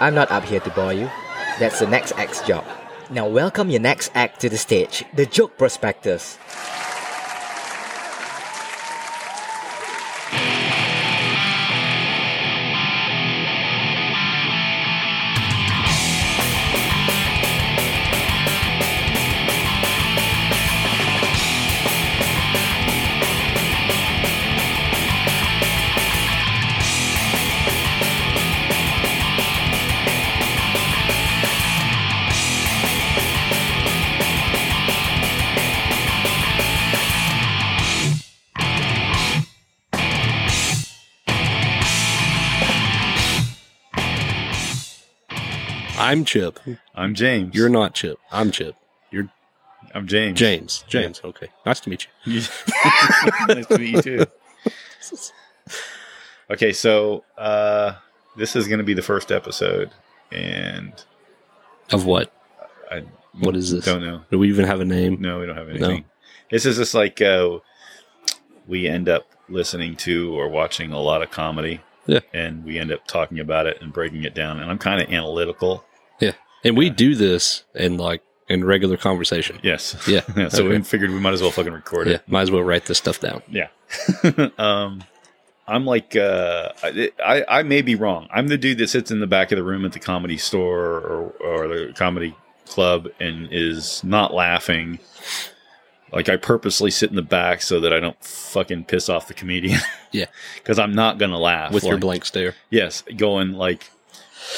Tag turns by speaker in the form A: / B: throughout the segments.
A: I'm not up here to bore you. That's the next act's job. Now welcome your next act to the stage, the Joke Prospectus.
B: I'm Chip.
C: I'm James.
B: You're not Chip. I'm Chip.
C: I'm James.
B: James. James. Okay. Nice to meet you.
C: nice to meet you too. Okay, so uh, this is going to be the first episode, and
B: Of what?
C: I
B: What is this?
C: don't know.
B: Do we even have a name?
C: No, we don't have anything. This is just like uh, we end up listening to or watching a lot of comedy.
B: Yeah.
C: And we end up talking about it and breaking it down. And I'm kind of analytical.
B: And we do this in like in regular conversation.
C: Yes.
B: Yeah.
C: so
B: Okay.
C: we figured we might as well fucking record
B: Yeah.
C: it.
B: Might as well write this stuff down.
C: um, I'm like, uh, I, I, I may be wrong. I'm the dude that sits in the back of the room at the comedy store or, or the comedy club and is not laughing. Like I purposely sit in the back so that I don't fucking piss off the comedian.
B: Yeah.
C: because I'm not gonna laugh
B: With your
C: Like,
B: blank stare.
C: Yes, going like,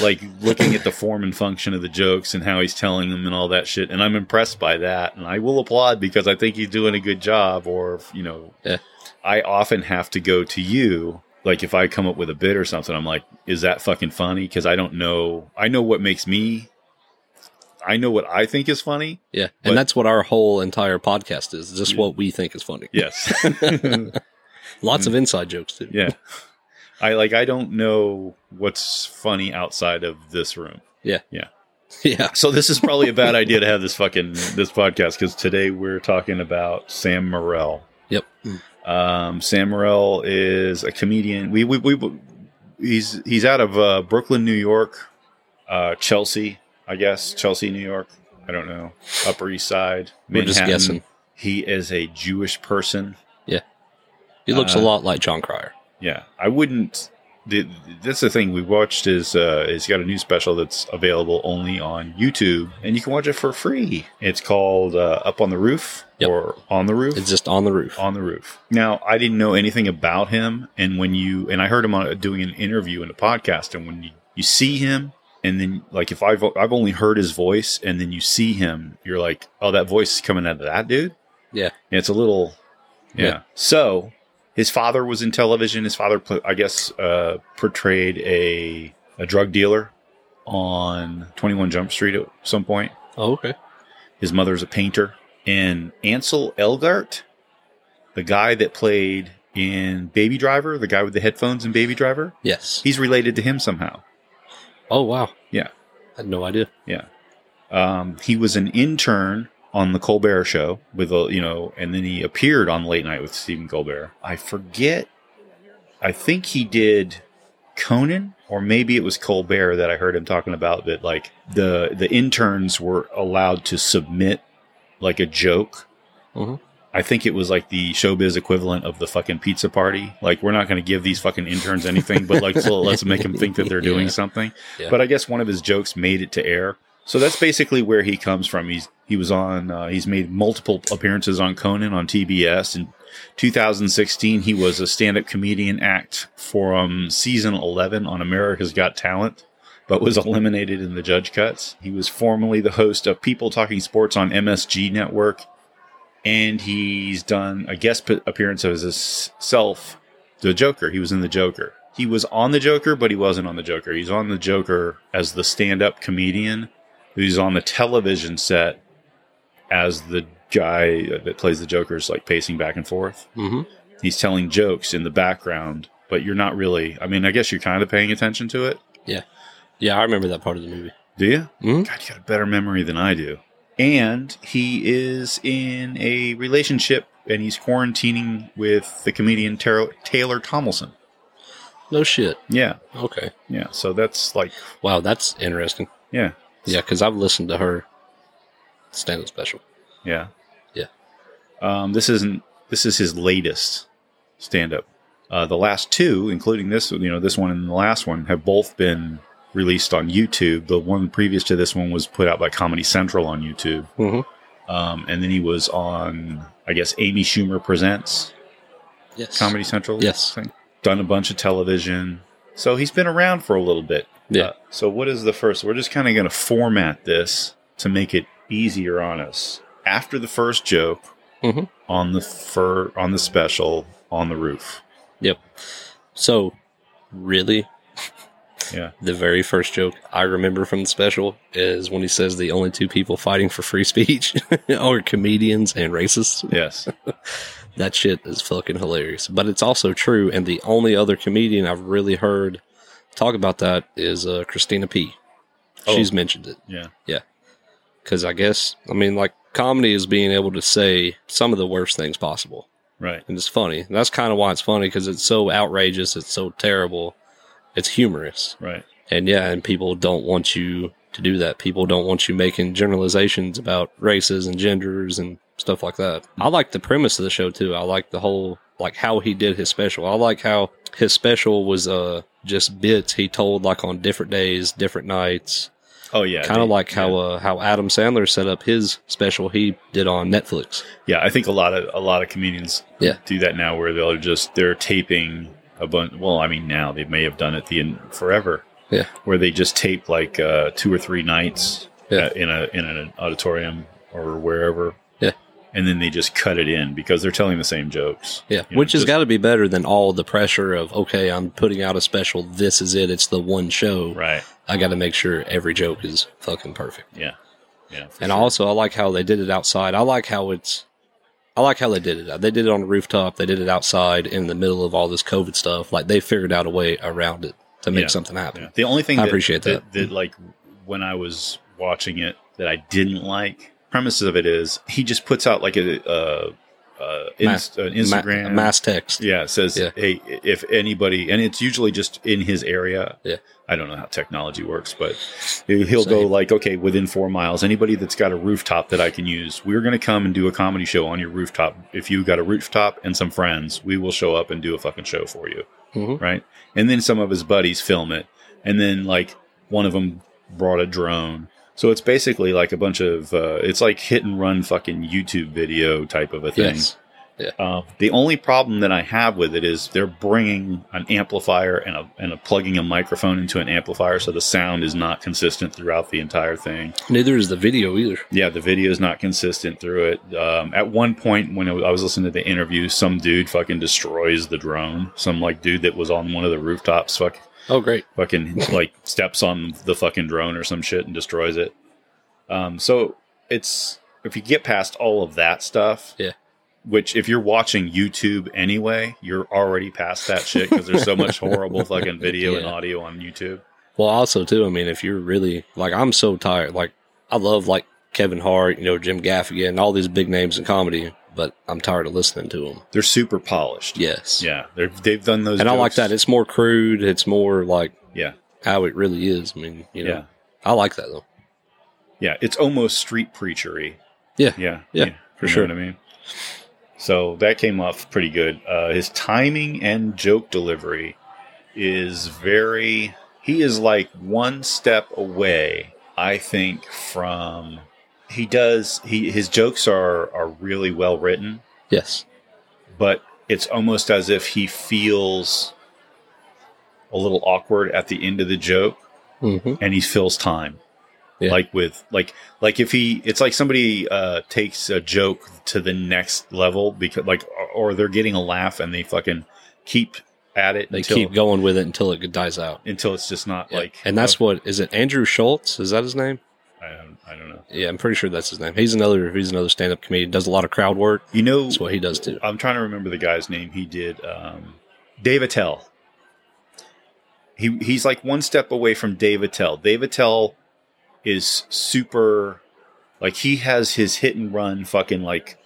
C: like looking at the form and function of the jokes and how he's telling them and all that shit. And I'm impressed by that, and I will applaud because I think he's doing a good job. Or you know,
B: Yeah.
C: I often have to go to you. Like if I come up with a bit or something, I'm like, is that fucking funny? Because I don't know. I know what makes me. I know what I think is funny.
B: Yeah.
C: But-
B: And that's what our whole entire podcast is. Just what we think is funny.
C: Yes.
B: Lots of inside jokes too.
C: yeah. I like. I don't know what's funny outside of this room.
B: Yeah.
C: So this is probably a bad idea to have this fucking this podcast because today we're talking about Sam Morrell.
B: Yep.
C: Um, Sam Morrell is a comedian. We we, we he's he's out of uh, Brooklyn, New York, uh, Chelsea, I guess Chelsea, New York. I don't know Upper East Side.
B: We're just
C: Manhattan.
B: guessing.
C: He is a Jewish person.
B: He looks
C: Uh,
B: a lot like John Cryer.
C: Yeah, I wouldn't. The, that's the thing we watched is uh, he's got a new special that's available only on YouTube, and you can watch it for free. It's called uh, Up on the Roof
B: Yep.
C: or On the Roof.
B: It's just on the roof.
C: on the roof. Now, I didn't know anything about him, and when you and I heard him on, doing an interview in a podcast, and when you, you see him, and then like if I've I've only heard his voice, and then you see him, you're like, oh, that voice is coming out of that dude.
B: Yeah.
C: Yeah, it's a little. Yeah.
B: Yeah.
C: So his father was in television. His father, pl- I guess, uh, portrayed a a drug dealer on Twenty One Jump Street at some point.
B: Oh, okay.
C: His mother's a painter. And Ansel Elgart, the guy that played in Baby Driver, the guy with the headphones in Baby Driver,
B: Yes.
C: he's related to him somehow.
B: Oh wow.
C: Yeah.
B: I had no idea.
C: Um, he was an intern on the Colbert Show with a you know, and then he appeared on Late Night with Stephen Colbert. I forget. I think he did Conan, or maybe it was Colbert that I heard him talking about that like the the interns were allowed to submit like a joke.
B: Mhm.
C: I think it was like the showbiz equivalent of the fucking pizza party. Like we're not going to give these fucking interns anything, but like so let's make them think that they're doing
B: Yeah.
C: something.
B: Yeah.
C: But I guess one of his jokes made it to air. So that's basically where he comes from. He's he was on. Uh, he's made multiple appearances on Conan on TBS. In 2016, he was a stand-up comedian act for um, season 11 on America's Got Talent, but was eliminated in the judge cuts. He was formerly the host of People Talking Sports on MSG Network, and he's done a guest p- appearance of his self, the Joker. He was in the Joker. He was on the Joker, but he wasn't on the Joker. He's on the Joker as the stand-up comedian who's on the television set as the guy that plays the Joker is like pacing back and forth.
B: hmm
C: He's telling jokes in the background, but you're not really. I mean, I guess you're kind of paying attention to it.
B: Yeah, I remember that part of the movie.
C: Do you?
B: Mhm.
C: God, you got a better memory than I do. And he is in a relationship and he's quarantining with the comedian Tar- Taylor Tomlinson.
B: No shit.
C: Yeah,
B: Okay.
C: yeah. So that's like,
B: Wow, that's interesting.
C: yeah,
B: Yeah, because I've listened to her stand up special.
C: yeah,
B: Yeah.
C: Um, this isn't. This is his latest stand up. Uh, the last two, including this, you know, this one and the last one, have both been released on YouTube. The one previous to this one was put out by Comedy Central on YouTube.
B: Mm-hmm.
C: Um, and then he was on, I guess, Amy Schumer Presents
B: Yes.
C: Comedy Central.
B: Yes.
C: thing. Done a bunch of television. So he's been around for a little bit.
B: Yeah.
C: Uh, so what is the first? We're just kind of going to format this to make it easier on us. After the first joke,
B: Mhm.
C: on the fur, on the special, on the roof.
B: Yep. So, really,
C: Yeah.
B: the very first joke I remember from the special is when he says the only two people fighting for free speech are comedians and racists.
C: Yes.
B: That shit is fucking hilarious. But it's also true. And the only other comedian I've really heard talk about that is uh, Christina P.
C: Oh.
B: She's mentioned it.
C: Yeah.
B: Because I guess, I mean, like, comedy is being able to say some of the worst things possible.
C: Right.
B: And it's funny. And that's kind of why it's funny because it's so outrageous. It's so terrible. It's humorous.
C: Right.
B: And yeah, and people don't want you to do that. People don't want you making generalizations about races and genders and stuff like that. I like the premise of the show too. I like the whole like how he did his special. I like how his special was uh just bits he told like on different days, different nights.
C: Oh yeah.
B: Kind
C: They-
B: of like how
C: yeah.
B: uh, how Adam Sandler set up his special he did on Netflix.
C: Yeah, I think a lot of a lot of comedians
B: Yeah.
C: do that now, where they'll just they're taping a bunch. Well, I mean, now they may have done it the in, forever.
B: Yeah.
C: where they just tape like uh, two or three nights
B: Yeah.
C: uh, in a in an auditorium or wherever.
B: Yeah.
C: and then they just cut it in because they're telling the same jokes.
B: Yeah,
C: You know,
B: which has
C: just-
B: got to be better than all the pressure of okay, I'm putting out a special. This is it. It's the one show.
C: Right.
B: I got to make sure every joke is fucking perfect.
C: Yeah. Yeah. for
B: And
C: sure.
B: also, I like how they did it outside. I like how it's, I like how they did it. Uh, They did it on a rooftop. They did it outside in the middle of all this COVID stuff. Like they figured out a way around it to make
C: Yeah.
B: something happen.
C: Yeah. The only thing
B: I
C: that,
B: appreciate
C: that. like when I was watching it that I didn't like premises of it is he just puts out like a uh, uh, inst- an
B: Ma-
C: Instagram
B: mass text.
C: Yeah, it says
B: Yeah.
C: hey if anybody and it's usually just in his area.
B: Yeah.
C: I don't know how technology works, but he'll go
B: Same.
C: like, okay, within four miles, anybody that's got a rooftop that I can use, we're going to come and do a comedy show on your rooftop. If you got a rooftop and some friends, we will show up and do a fucking show for you,
B: Mhm.
C: right? And then some of his buddies film it, and then like one of them brought a drone. So it's basically like a bunch of uh, it's like hit and run fucking YouTube video type of a thing.
B: Yes.
C: Um, the only problem that I have with it is they're bringing an amplifier and a, and a plugging a microphone into an amplifier, so the sound is not consistent throughout the entire thing.
B: Neither is the video either.
C: Yeah, the video is not consistent through it. Um, at one point, when I was listening to the interview, some dude fucking destroys the drone. Some like dude that was on one of the rooftops, fuck,
B: Oh, great.
C: fucking like steps on the fucking drone or some shit and destroys it. Um, so it's if you get past all of that stuff,
B: Yeah.
C: Which, if you're watching YouTube anyway, you're already past that shit because there's so much horrible fucking video and
B: Yeah.
C: audio on YouTube.
B: Well, also too, I mean, if you're really like, I'm so tired. Like, I love like Kevin Hart, you know, Jim Gaffigan, all these big names in comedy, but I'm tired of listening to them.
C: They're super polished.
B: Yes.
C: yeah. They're, they've done those,
B: And I like
C: jokes.
B: that. It's more crude. It's more like
C: Yeah,
B: how it really is. I mean, you know,
C: yeah,
B: I like that though.
C: yeah. It's almost street preachery.
B: Yeah.
C: yeah,
B: Yeah, for
C: you
B: sure.
C: Know what I mean, so that came off pretty good. Uh, his timing and joke delivery is very. He is like one step away, I think, from he does. He his jokes are are really well written,
B: Yes.
C: but it's almost as if he feels a little awkward at the end of the joke
B: Mm-hmm.
C: and he fills time
B: Yeah.
C: like with like like if he it's like somebody uh takes a joke to the next level because like or, or they're getting a laugh and they fucking keep at it
B: They
C: until
B: keep going with it until it dies out.
C: until it's just not
B: Yeah.
C: like uh,
B: and that's what is it? Andrew Schultz is that his name?
C: I don't, I don't know
B: Yeah, I'm pretty sure that's his name. He's another he's another stand up comedian. Does a lot of crowd work.
C: you know
B: That's what he does too.
C: I'm trying to remember the guy's name he did um Dave Attell he he's like one step away from Dave Attell Dave Attell is super like he has his hit and run fucking like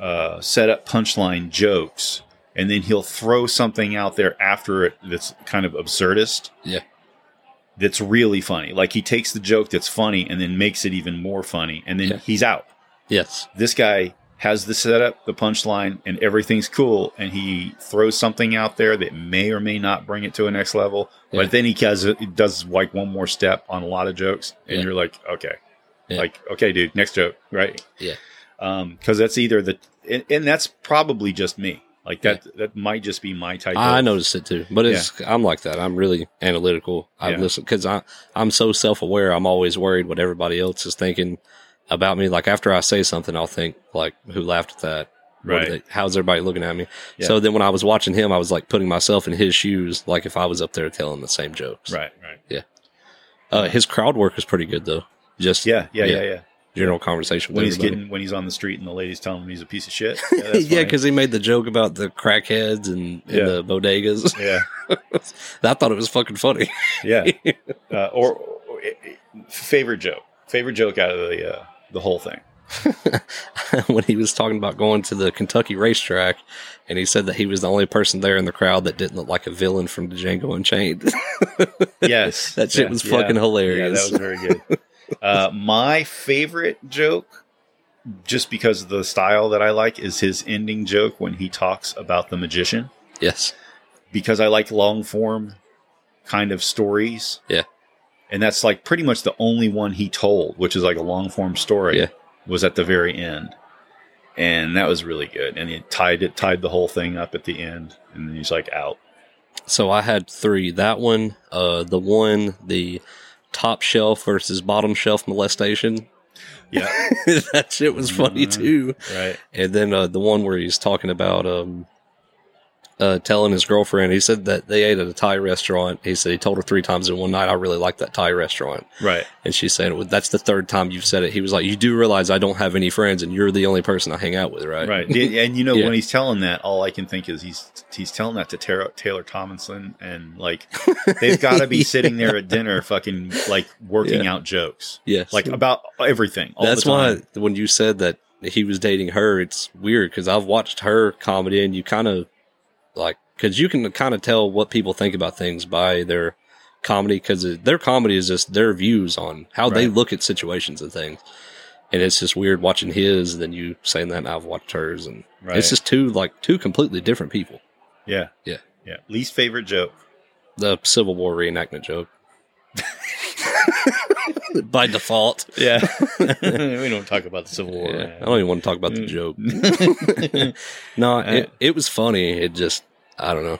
C: uh, set up punchline jokes and then he'll throw something out there after it that's kind of absurdist.
B: Yeah.
C: That's really funny. Like he takes the joke that's funny and then makes it even more funny, and then
B: Yeah.
C: he's out.
B: Yes.
C: This guy has the setup, the punchline, and everything's cool, and he throws something out there that may or may not bring it to a next level.
B: Yeah.
C: But then he does it does like one more step on a lot of jokes, and
B: Yeah.
C: you're like, okay,
B: Yeah.
C: like okay, dude, next joke, right?
B: Yeah.
C: because that's either the and, and that's probably just me. Like that that might just be my type.
B: I
C: of,
B: noticed it too, but it's I'm like that. I'm really analytical. I
C: Yeah.
B: listen because I I'm so self aware. I'm always worried what everybody else is thinking about me. Like after I say something, I'll think like, who laughed at that? What
C: Right.
B: did they- how's everybody looking at me?
C: Yeah.
B: So then when I was watching him, I was like putting myself in his shoes, like if I was up there telling the same jokes.
C: Right. Right.
B: Uh, his crowd work is pretty good though. Just
C: Yeah. Yeah. Yeah.
B: Yeah.
C: Yeah.
B: general conversation
C: When
B: with
C: he's
B: everybody.
C: getting when he's on the street and the ladies telling him he's a piece of shit. that's
B: yeah,
C: funny.
B: because he made the joke about the crackheads and, and
C: Yeah.
B: the bodegas.
C: yeah.
B: I thought it was fucking funny.
C: Yeah. Uh, or, or- it- it- favorite joke. Favorite joke out of the uh, the whole thing.
B: when he was talking about going to the Kentucky racetrack, and he said that he was the only person there in the crowd that didn't look like a villain from Django Unchained.
C: Yes.
B: that shit
C: Yeah.
B: was
C: Yeah.
B: fucking
C: Yeah, that
B: hilarious.
C: was very good. Uh, my favorite joke, just because of the style that I like, is his ending joke when he talks about the magician.
B: yes,
C: because I like long form kind of stories.
B: Yeah.
C: And that's like pretty much the only one he told, which is like a long form story,
B: Yeah.
C: was at the very end. And that was really good. And it tied it tied the whole thing up at the end. And then he's like out.
B: so I had three. That one, uh, the one, the top shelf versus bottom shelf molestation.
C: Yeah.
B: that shit was funny
C: Mhm.
B: too.
C: right.
B: And then uh, the one where he's talking about um, uh, telling his girlfriend, he said that they ate at a Thai restaurant. He said he told her three times in one night, I really like that Thai restaurant.
C: Right.
B: And she's saying, well, that's the third time you've said it. He was like, you do realize I don't have any friends and you're the only person I hang out with, right?
C: Right. Yeah, and you know
B: Yeah.
C: when he's telling that, all I can think is he's he's telling that to Tara, Taylor Tomlinson and like they've gotta be sitting there at dinner fucking like working out jokes.
B: Yes.
C: Like about everything. All
B: that's
C: the time.
B: why when you said that he was dating her, it's weird because I've watched her comedy and you kind of like, because you can kind of tell what people think about things by their comedy because their comedy is just their views on how they
C: Right.
B: look at situations and things. And it's just weird watching his and then you saying that and I've watched hers. And
C: Right.
B: it's just two, like, two completely different people.
C: Yeah.
B: Yeah.
C: Yeah. Least favorite joke.
B: the Civil War reenactment joke. By default.
C: Yeah. we don't talk about the Civil War.
B: Yeah,
C: man.
B: I don't even want to talk
C: Mm.
B: about the joke. no,
C: Uh,
B: it, it was funny. It just, I don't know.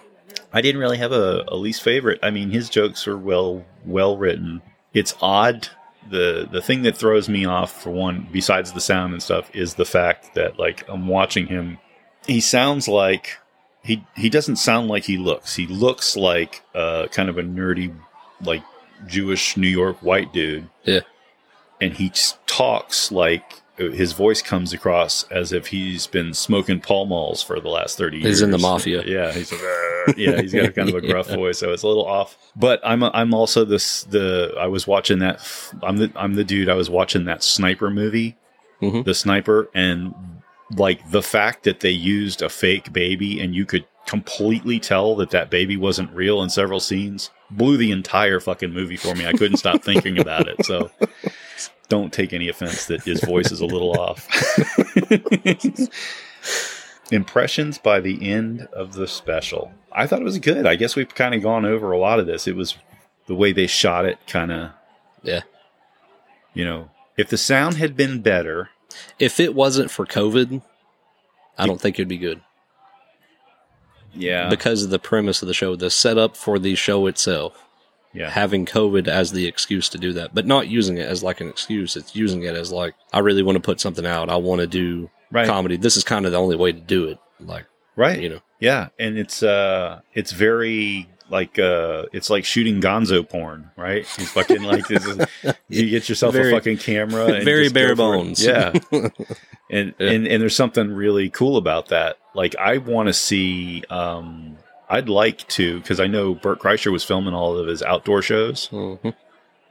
C: I didn't really have a, a least favorite. I mean, his jokes are well well written. It's odd. The the thing that throws me off for one, besides the sound and stuff, is the fact that like I'm watching him. He sounds like he he doesn't sound like he looks. He looks like uh kind of a nerdy like Jewish New York white dude.
B: Yeah.
C: And he s- talks like his voice comes across as if he's been smoking Pall Malls for the last 30 years.
B: He's in the mafia.
C: Yeah, he's like, "Arr." yeah, he's got kind of a gruff
B: Yeah.
C: voice, so it's a little off. But I'm I'm also this the I was watching that f- I'm the I'm the dude I was watching that sniper movie,
B: Mhm.
C: the sniper, and like the fact that they used a fake baby and you could completely tell that that baby wasn't real in several scenes blew the entire fucking movie for me. I couldn't stop thinking about it. So don't take any offense that his voice is a little off. Impressions by the end of the special. I thought it was good. I guess we've kind of gone over a lot of this. It was the way they shot it, kind of.
B: Yeah.
C: You know, if the sound had been better,
B: If it wasn't for COVID, I don't think it'd be good
C: yeah,
B: because of the premise of the show, the setup for the show itself,
C: yeah,
B: having COVID as the excuse to do that, but not using it as like an excuse. It's using it as like, I really want to put something out. I want to do
C: right,
B: comedy. This is kind of the only way to do it. Like,
C: right.
B: you know,
C: Yeah, and it's uh it's very like uh it's like shooting gonzo porn, right? You fucking like this is, you get yourself
B: Very-
C: a fucking camera and
B: very
C: just go
B: bare
C: for it.
B: bones.
C: Yeah. and,
B: Yeah.
C: and and there's something really cool about that. Like I want to see um I'd like to cuz I know Burt Kreischer was filming all of his outdoor shows.
B: Mhm.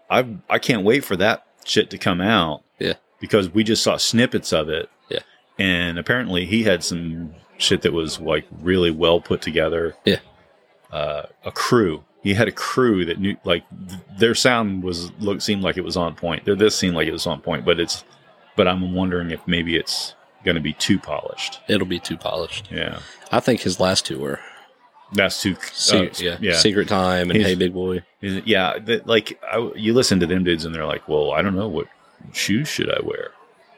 C: I I can't wait for that shit to come out.
B: Yeah.
C: Because we just saw snippets of it.
B: Yeah.
C: And apparently he had some shit that was like really well put together.
B: Yeah.
C: Uh, a crew. He had a crew that knew like th- their sound was look seemed like it was on point. Their this seemed like it was on point, but it's but I'm wondering if maybe it's going to be too polished.
B: It'll be too polished.
C: Yeah.
B: I think his last two were
C: That's too
B: Se-
C: uh,
B: yeah,
C: yeah.
B: Secret Time and
C: He's-
B: Hey Big Boy.
C: Is it- Yeah, that, like I, you listen to them dudes, and they're like, "Well, I don't know what shoes should I wear."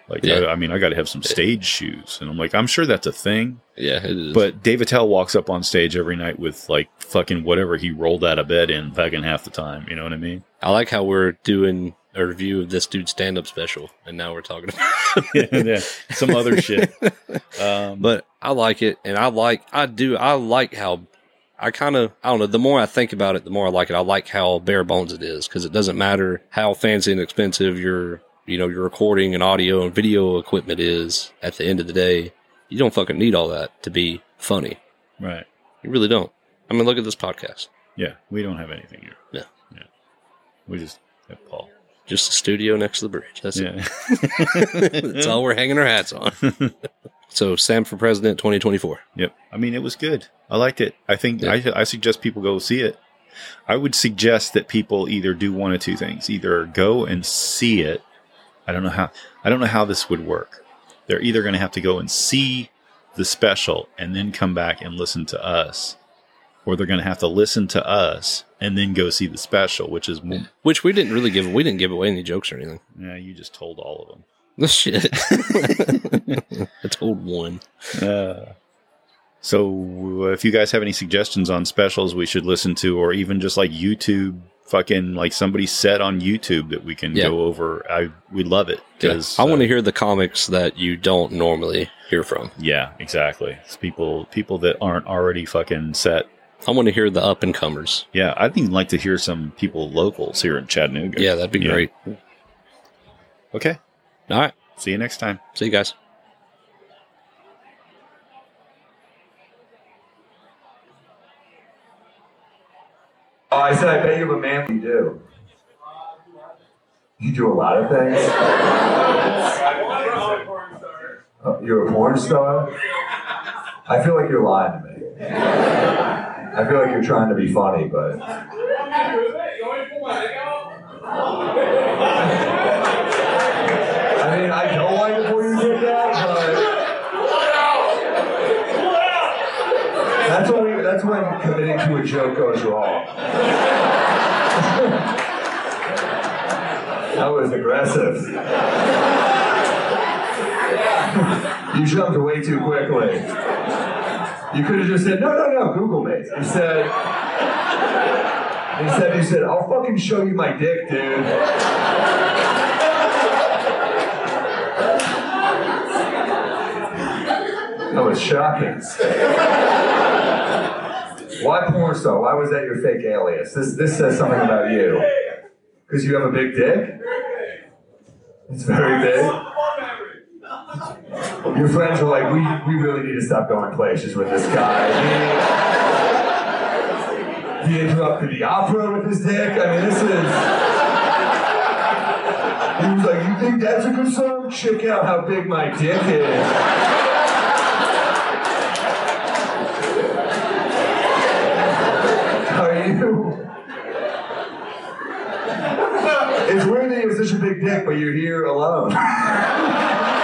C: Like,
B: Yeah.
C: I, I mean, I got to have some stage shoes, and I'm like, I'm sure that's a thing.
B: Yeah, it is.
C: But Dave Attell walks up on stage every night with like fucking whatever he rolled out of bed in fucking half the time. You know what I mean?
B: I like how we're doing a review of this dude's stand up special, and now we're talking about
C: yeah, some other shit. Um, but
B: But I like it, and I like, I do, I like how, I kind of, I don't know, the more I think about it, the more I like it. I like how bare bones it is, because it doesn't matter how fancy and expensive your, you know, your recording and audio and video equipment is at the end of the day. You don't fucking need all that to be funny.
C: right,
B: You really don't. I mean, look at this podcast.
C: yeah, we don't have anything here.
B: Yeah.
C: yeah, we just have Paul.
B: Just the studio next to the bridge. That's it.
C: Yeah,
B: That's all we're hanging our hats on. so Sam for President 2024.
C: Yep. I mean, it was good. I liked it. I think
B: Yeah.
C: I, I suggest people go see it. I would suggest that people either do one of two things: either go and see it. I don't know how. I don't know how this would work. They're either going to have to go and see the special and then come back and listen to us, or they're going to have to listen to us and then go see the special, which is mo-
B: Which we didn't really give we didn't give away any jokes or anything.
C: yeah. You just told all of them.
B: Shit. That's old one.
C: Uh, so if you guys have any suggestions on specials we should listen to, or even just like YouTube, fucking like somebody said on YouTube that we can
B: Yeah.
C: go over, I would love it uh, because
B: I want to hear the comics that you don't normally hear from.
C: Yeah, exactly. It's people people that aren't already fucking set.
B: I want to hear the up and comers.
C: Yeah, I'd even like to hear some people locals here in Chattanooga.
B: Yeah, that'd be
C: Yeah.
B: great.
C: Okay.
B: All right.
C: See you next time.
B: See you guys.
D: Oh, I said, I bet you have a man. You do. You do a lot of things. Oh, You're a porn star. I feel like you're lying to me. I feel like you're trying to be funny, but I mean, I don't like it when you did that, but that's when that's when committing to a joke goes wrong. that was aggressive. you jumped way too quickly. You could have just said, "No, no, no, Google me." You said. Instead, you said, "I'll fucking show you my dick, dude." That was shocking. Why porn star? Why was that your fake alias? This this says something about you. Because you have a big dick? It's very big. Your friends are like, we, we really need to stop going places with this guy. He, he interrupted the opera with his dick. I mean, this is. He was like, you think that's a good song? Check out how big my dick is. Are you? It's weird that you have such a big dick, but you're here alone. I